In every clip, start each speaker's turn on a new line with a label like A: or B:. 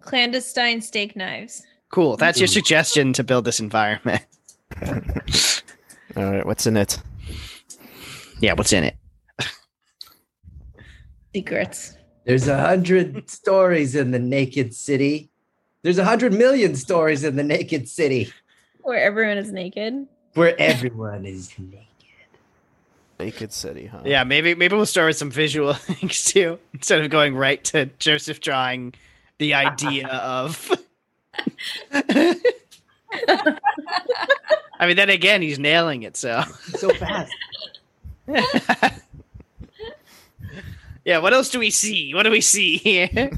A: Clandestine steak knives.
B: Cool. That's your suggestion to build this environment.
C: All right, what's in it?
B: Yeah, what's in it?
A: Secrets.
D: There's a hundred stories in the naked city. There's a hundred million stories in the naked city
A: Where everyone is naked.
D: where everyone is naked.
C: Naked City, huh?
B: Yeah, maybe maybe we'll start with some visual things too, instead of going right to Joseph drawing the idea of. I mean, then again, he's nailing it. So,
D: So fast.
B: yeah. What else do we see? What do we see here?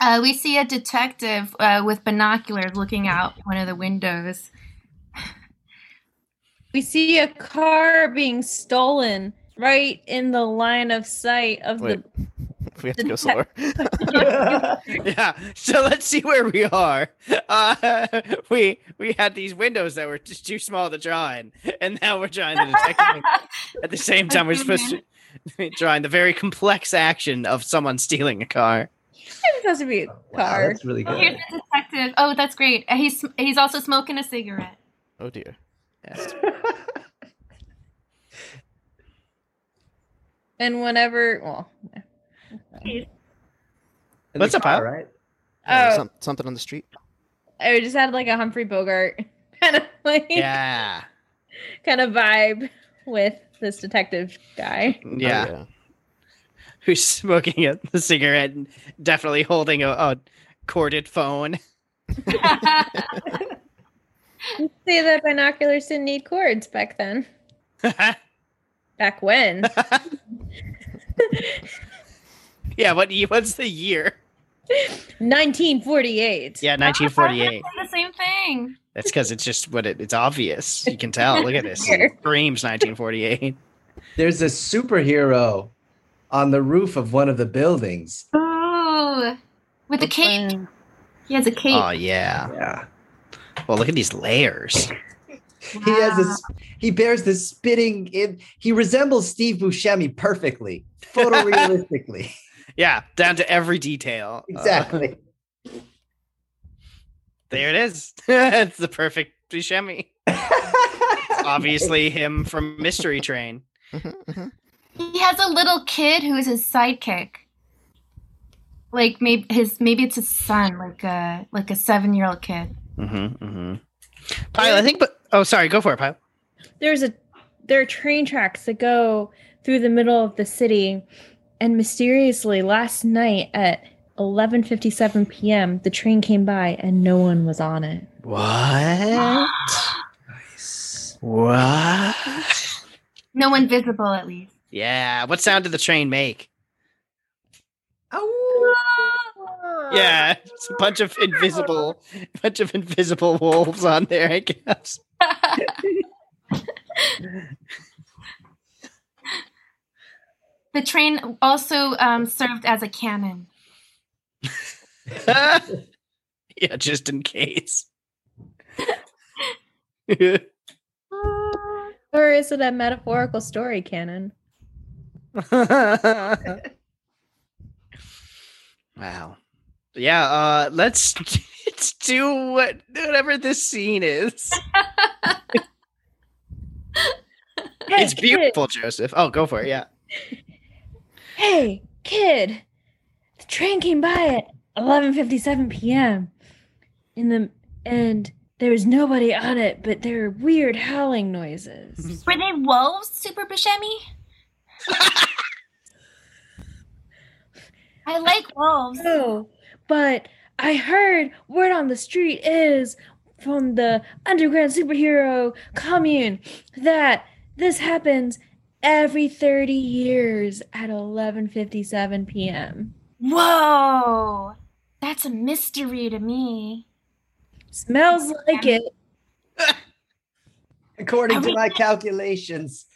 E: Uh, we see a detective uh, with binoculars looking out one of the windows.
A: We see a car being stolen right in the line of sight of
C: Wait. We have to go slower.
A: the.
B: yeah. So let's see where we are. Uh, we we had these windows that were just too small to draw in, and now we're drawing the detective. At the same time, we're supposed to be drawing the very complex action of someone stealing a car.
A: it's supposed to be a
D: Wow,
A: car.
D: that's really
E: Oh, here's
D: good.
E: the detective. Oh, that's great. Uh, He's sm- he's also smoking a cigarette.
C: Oh dear.
B: Yeah.
A: And whenever, well,
D: In
B: What's
D: the
B: up,
D: car,
B: Al?
D: Right?
C: Yeah,
A: oh,
C: some- something on the street.
A: I just had like a Humphrey Bogart kind of like
B: yeah.
A: kind of vibe with this detective guy.
C: Oh,
B: Yeah. Who's smoking a, the cigarette and definitely holding a, a corded phone.
A: You see that binoculars didn't need cords back then. Back when?
B: yeah, what ye- what's the year?
A: 1948.
B: Yeah,
E: I was
B: 1948.
E: gonna say The same thing.
B: That's because it's just what it, it's obvious. You can tell. Look at this.
A: Sure.
B: Screams 1948.
D: There's a superhero on the roof of one of the buildings.
E: Ooh, with a cape. He has a cape.
B: Oh yeah.
D: Yeah.
B: Well, look at these layers.
D: He has this. He bears the spitting. In, he resembles Steve Buscemi perfectly, photorealistically.
B: Yeah, down to every detail. Uh,
D: exactly.
B: there it is. it's the perfect Buscemi. Obviously, him from Mystery Train.
E: He has a little kid who is his sidekick. Like maybe his maybe it's his son, like a like a seven year old kid.
B: Mm-hmm. Mm-hmm. Pyle, I think. But oh, sorry. Go for it, Pyle.
A: There's a there are train tracks that go through the middle of the city and mysteriously last night at 11:57 p.m. the train came by and no one was on it.
B: What? What?
E: No one visible, at least.
B: Yeah. What sound did the train make?
D: Ow.
B: Yeah, it's a bunch of invisible, bunch of invisible wolves on there. I guess.
E: The train also um, served as a cannon.
B: yeah, just in case.
A: Or is it a metaphorical story canon?
B: wow. Yeah, uh let's let's do what whatever this scene is. It's
A: Hey,
B: beautiful, Joseph. Oh, go for it. Yeah.
A: Kid, hey, kid. The train came by at 11:57 p.m. in the and there was nobody on it, but there were weird howling noises.
E: Were they wolves, Super Buscemi? I like wolves.
A: oh, but I heard word on the street is from the underground superhero commune that this happens every 30 years at 11:57 p.m.
E: Whoa, that's a mystery to me.
A: Smells like it.
D: According to my calculations,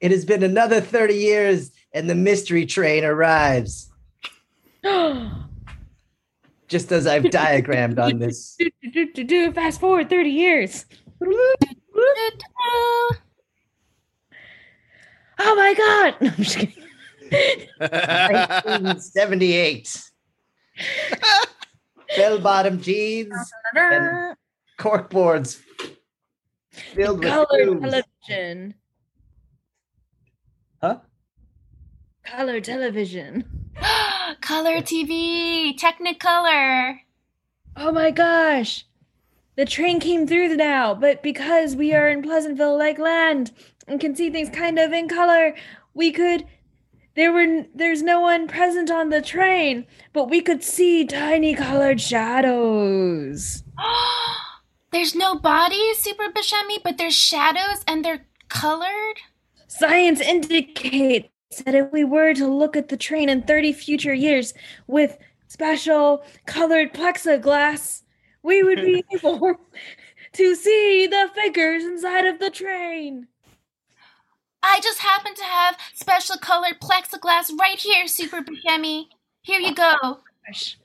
D: it has been another 30 years and the mystery train arrives, just as I've diagrammed on this.
A: do, do, do, do, do, fast forward 30 years.
E: Doo-doo.
A: Oh my god! No, I'm just kidding.
B: I
D: 1978. Bell bottom
A: Uh-huh.
D: jeans, And- cork boards filled with
A: Color
D: grooves.
A: television.
D: Huh?
A: Color television.
E: Color TV, Technicolor.
A: Oh my gosh. The train came through now, but because we are in Pleasantville like land and can see things kind of in color, we could there were n- there's no one present on the train, but we could see tiny colored shadows.
E: there's no bodies, Super Bashemi, but there's shadows and they're colored.
A: Science indicates that if we were to look at the train in 30 future years with special colored plexiglass, we would be able to see the figures inside of the train.
E: I just happen to have special colored plexiglass right here, Super Bashemi. Here you go.
A: Gosh.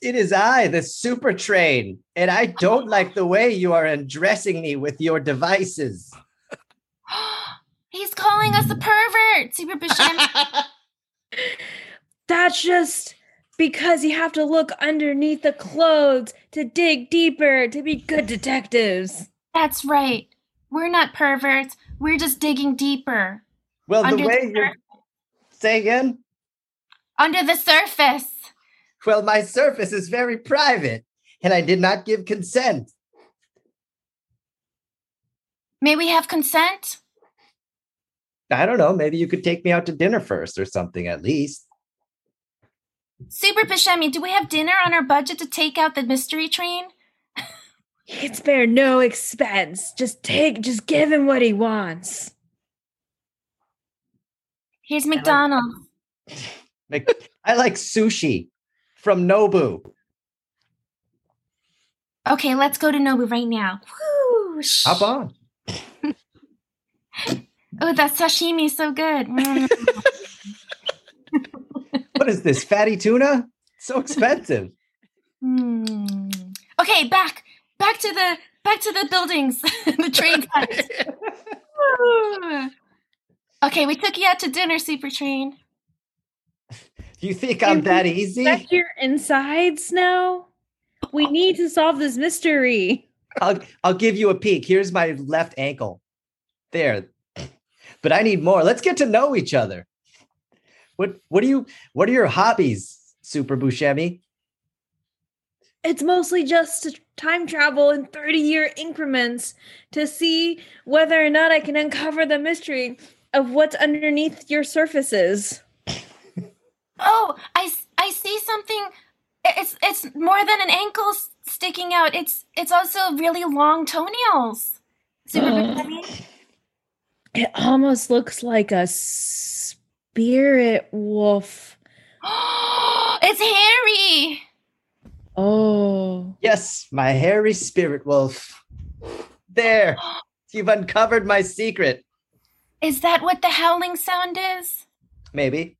D: It is I, the super train, and I
A: Oh.
D: don't like the way you are undressing me with your devices.
E: He's calling us a pervert, Super Bashemi.
A: That's just because you have to look underneath the clothes to dig deeper to be good detectives.
E: That's right. We're not perverts. We're just digging deeper
D: Well,
E: under
D: the way
E: the,
D: you
E: sur-
D: say again.
E: under the surface.
D: Well, my surface is very private, and I did not give consent.
E: May we have consent?
D: I don't know. Maybe you could take me out to dinner first or something, at least.
E: Super Bashemi, do we have dinner on our budget to take out the mystery train?
A: He can spare no expense. Just take, just give him what he wants.
E: Here's McDonald's.
D: Like, I like sushi from Nobu.
E: Okay, let's go to Nobu right now. Whoosh.
D: Hop on.
E: Oh, that sashimi is so good. Mm.
D: What is this, fatty tuna? So expensive.
E: Mm. Okay, back back to the back to the buildings, the train tracks. Woo. okay, we took you out to dinner, Super Train.
D: You think I'm that easy?
A: Check your insides now. We need to solve this mystery.
D: I'll I'll give you a peek. Here's my left ankle. There. But I need more. Let's get to know each other. What what do you what are your hobbies, Super Buscemi?
A: It's mostly just to time travel in 30 year increments to see whether or not I can uncover the mystery of what's underneath your surfaces.
E: Oh, I s- I see something. I- It's it's more than an ankle s- sticking out. It's it's also really long toenails. Super Bashemi.
A: It almost looks like a spirit wolf.
E: it's hairy.
A: Oh.
D: Yes, my hairy spirit wolf. There. You've uncovered my secret,
E: Is that what the howling sound is?
D: maybe.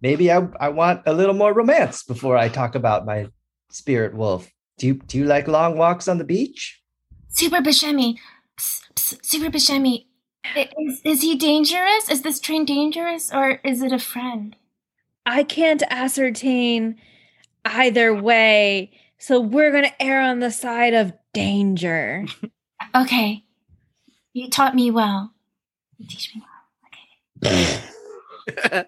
D: Maybe I, I want a little more romance before I talk about my spirit wolf. Do you do you like long walks on the beach?
E: Super Bashemi. Psst, psst, Super Bashemi. I- Is, is he dangerous? Is this train dangerous or is it a friend?
A: I can't ascertain either way. So we're going to err on the side of danger.
E: Okay. You taught me well. You teach me well.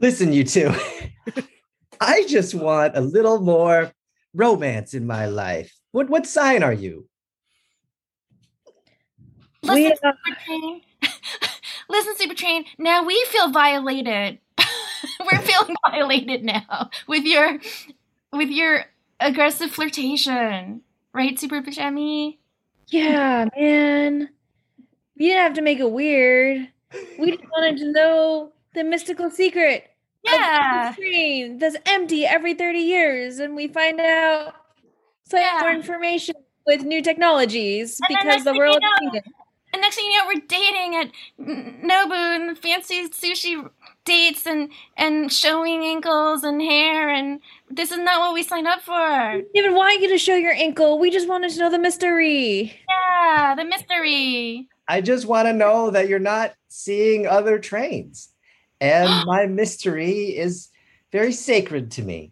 D: Listen, you two, I just want a little more romance in my life. What what sign are you?
E: Listen,
A: We are-
E: Super Train. Listen, Super Train. Now we feel violated. We're feeling violated now with your with your aggressive flirtation. Right, Super Bashemi?
A: Yeah, man. You didn't have to make it weird. We just wanted to know the mystical secret of the
E: Yeah.
A: stream that's empty every 30 years, and we find out slightly
E: Yeah.
A: more information with new technologies
E: And then
A: because
E: next
A: the
E: thing you
A: world
E: know-
A: is changing.
E: And next thing you know, we're dating at N- Nobu and fancy sushi dates and and showing ankles and hair and this is not what we signed up for.
A: We didn't even want you to show your ankle. We just wanted to know the mystery.
E: Yeah, the mystery.
D: I just want to know that you're not seeing other trains. And my mystery is very sacred to me.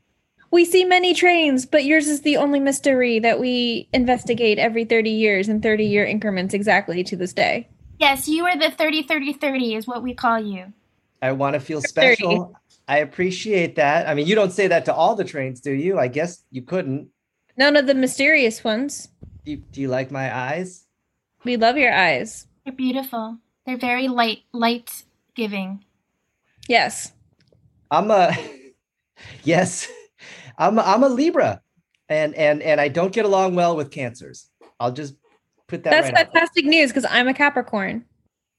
A: We see many trains, but yours is the only mystery that we investigate every 30 years in 30 year increments exactly to this day.
E: Yes, you are the 30 30 30 is what we call you.
D: I want to feel
A: Thirty.
D: special. I appreciate that. I mean, you don't say that to all the trains, do you? I guess you couldn't.
A: None of the mysterious ones.
D: Do you, do you like my eyes?
A: We love your eyes.
E: They're beautiful. They're very light light giving.
A: Yes.
D: I'm a yes. I'm a, I'm a Libra, and and and I don't get along well with cancers. I'll just put that.
A: That's
D: right out there.
A: fantastic news because I'm a Capricorn.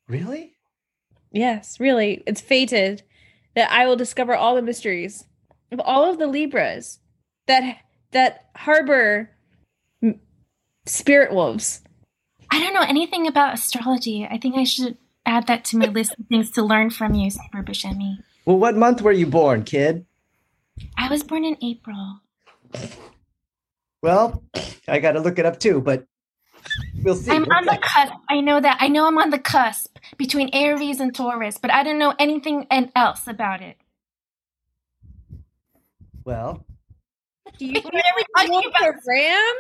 D: Really?
A: Yes, really. It's fated that I will discover all the mysteries of all of the Libras that that harbor m- spirit wolves.
E: I don't know anything about astrology. I think I should add that to my list of things to learn from you, Cyber Buscemi.
D: Well, what month were you born, kid?
E: I was born in April.
D: Well, I got to look it up too, but we'll see.
E: I'm on the cusp. I know that. I know I'm on the cusp between Aries and Taurus, but I don't know anything and else about it.
D: well,
A: Do you
E: Wait,
A: think
E: what are we
A: I'm
E: talking
A: a ram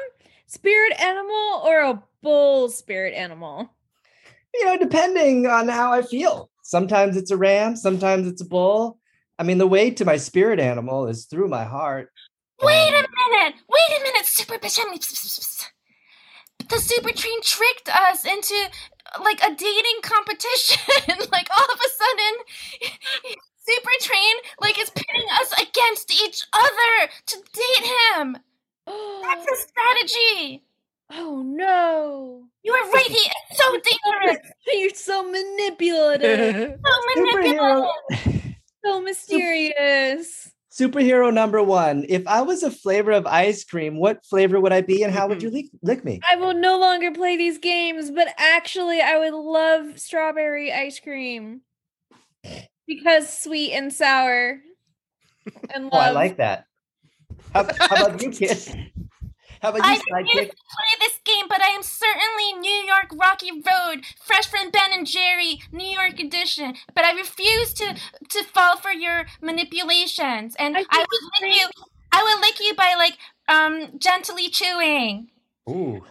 A: spirit animal or a bull spirit animal?
D: you know, depending on how I feel. Sometimes it's a ram, sometimes it's a bull. I mean, the way to my spirit animal is through my heart.
E: Wait a minute! Wait a minute, Super Bashami. The Super Train tricked us into like a dating competition. like all of a sudden, Super Train like is pitting us against each other to date him. That's a strategy.
A: Oh no.
E: You are right. He is so dangerous.
A: You're so manipulative,
E: So manipulative.
D: Superhero,
A: so mysterious.
D: superhero number one. If I was a flavor of ice cream, what flavor would I be, and how would you lick, lick me?
A: I will no longer play these games, but actually, I would love strawberry ice cream because sweet and sour and love.
D: Oh, I like that. How, how about you, kid? How about
E: I
D: you,
E: refuse
D: sidekick?
E: to play this game, but I am certainly New York Rocky Road, fresh from Ben and Jerry, New York edition. But I refuse to to fall for your manipulations, and
A: I
E: I,
A: think
E: would lick you. I would lick you by like um gently chewing.
D: Ooh,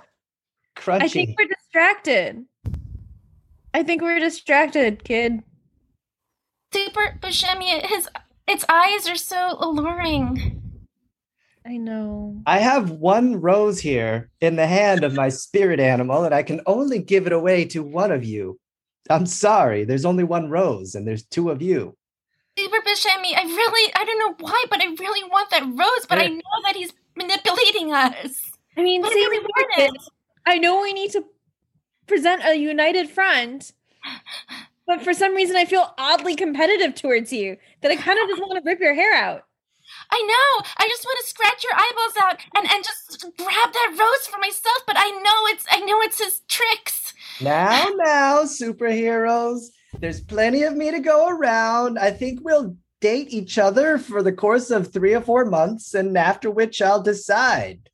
A: I
D: crunchy.
A: think we're distracted. I think we're distracted, kid.
E: Super Buscemi, his its eyes are so alluring.
A: I know.
D: I have one rose here in the hand of my spirit animal, and I can only give it away to one of you. I'm sorry, there's only one rose, and there's two of you.
E: Super Buscemi, I really I don't know why, but I really want that rose. But I know that he's manipulating us.
A: I mean,
E: But I
A: see,
E: really
A: look,
E: want
A: kid,
E: it.
A: I know we need to present a united front, but for some reason, I feel oddly competitive towards you that I kind of just want to rip your hair out.
E: I know. I just want to scratch your eyeballs out and, and just grab that rose for myself. But I know it's I know it's his tricks.
D: Now, now, superheroes, there's plenty of me to go around. I think we'll date each other for the course of three or four months, and after which I'll decide.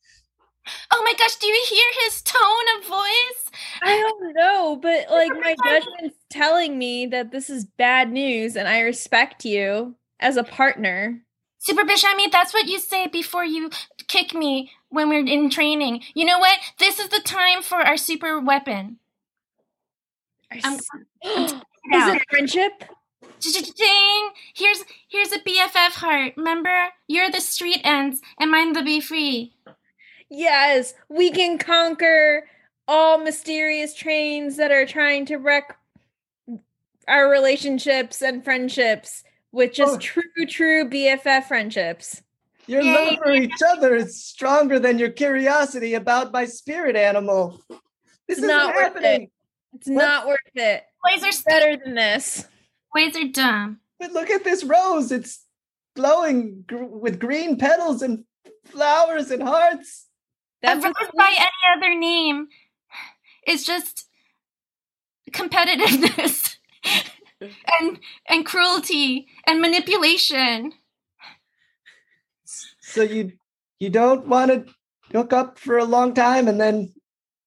E: Oh my gosh! Do you hear his tone of voice?
A: I don't know, but like my judgment's telling me that this is bad news, and I respect you as a partner.
E: Super bitch, I mean that's what you say before you kick me when we're in training. You know what? This is the time for our super weapon.
A: I
E: I'm-
A: s- is
E: Now.
A: it friendship?
E: Ding! Here's here's a BFF heart. Remember, you're the street ends, and mine the be free.
A: Yes, we can conquer all mysterious trains that are trying to wreck our relationships and friendships with just
D: Oh.
A: true, true BFF friendships.
D: Your love for each other is stronger than your curiosity about my spirit animal. This
A: It's
D: is
A: not
D: not
A: worth it.
D: happening.
A: It's not worth it.
E: Boys are stupid.
A: Better than this.
E: Boys are dumb.
D: But look at this rose. It's blowing gr- with green petals and flowers and hearts.
E: A
A: That's
E: rose
A: what-
E: by any other name is just competitiveness and and cruelty and manipulation.
D: So you you don't want to hook up for a long time and then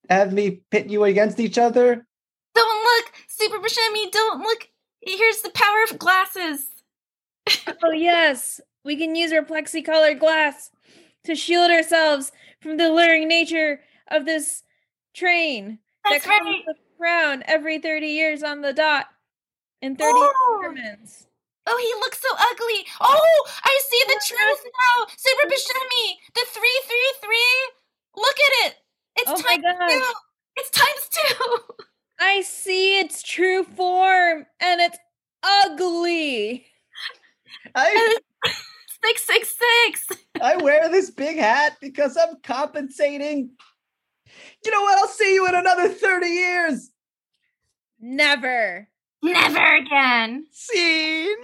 D: have me pit you against each other?
E: Don't look, Super Buscemi, don't look. Here's the power of glasses.
A: Oh yes, we can use our plexicolored glass to shield ourselves from the luring nature of this train
E: That's
A: that
E: right.
A: comes around every 30 years on the dot in 30
E: Oh.
A: increments.
E: Oh, he looks so ugly. Oh, I see the truth now. Super Buscemi, the 333. Look at it. It's
A: Oh my
E: times
A: gosh.
E: two. It's times two.
A: I see its true form and it's ugly.
D: I,
E: 666.
D: I wear this big hat because I'm compensating. You know what? I'll see you in another 30 years.
A: Never.
E: Never again.
B: Scene.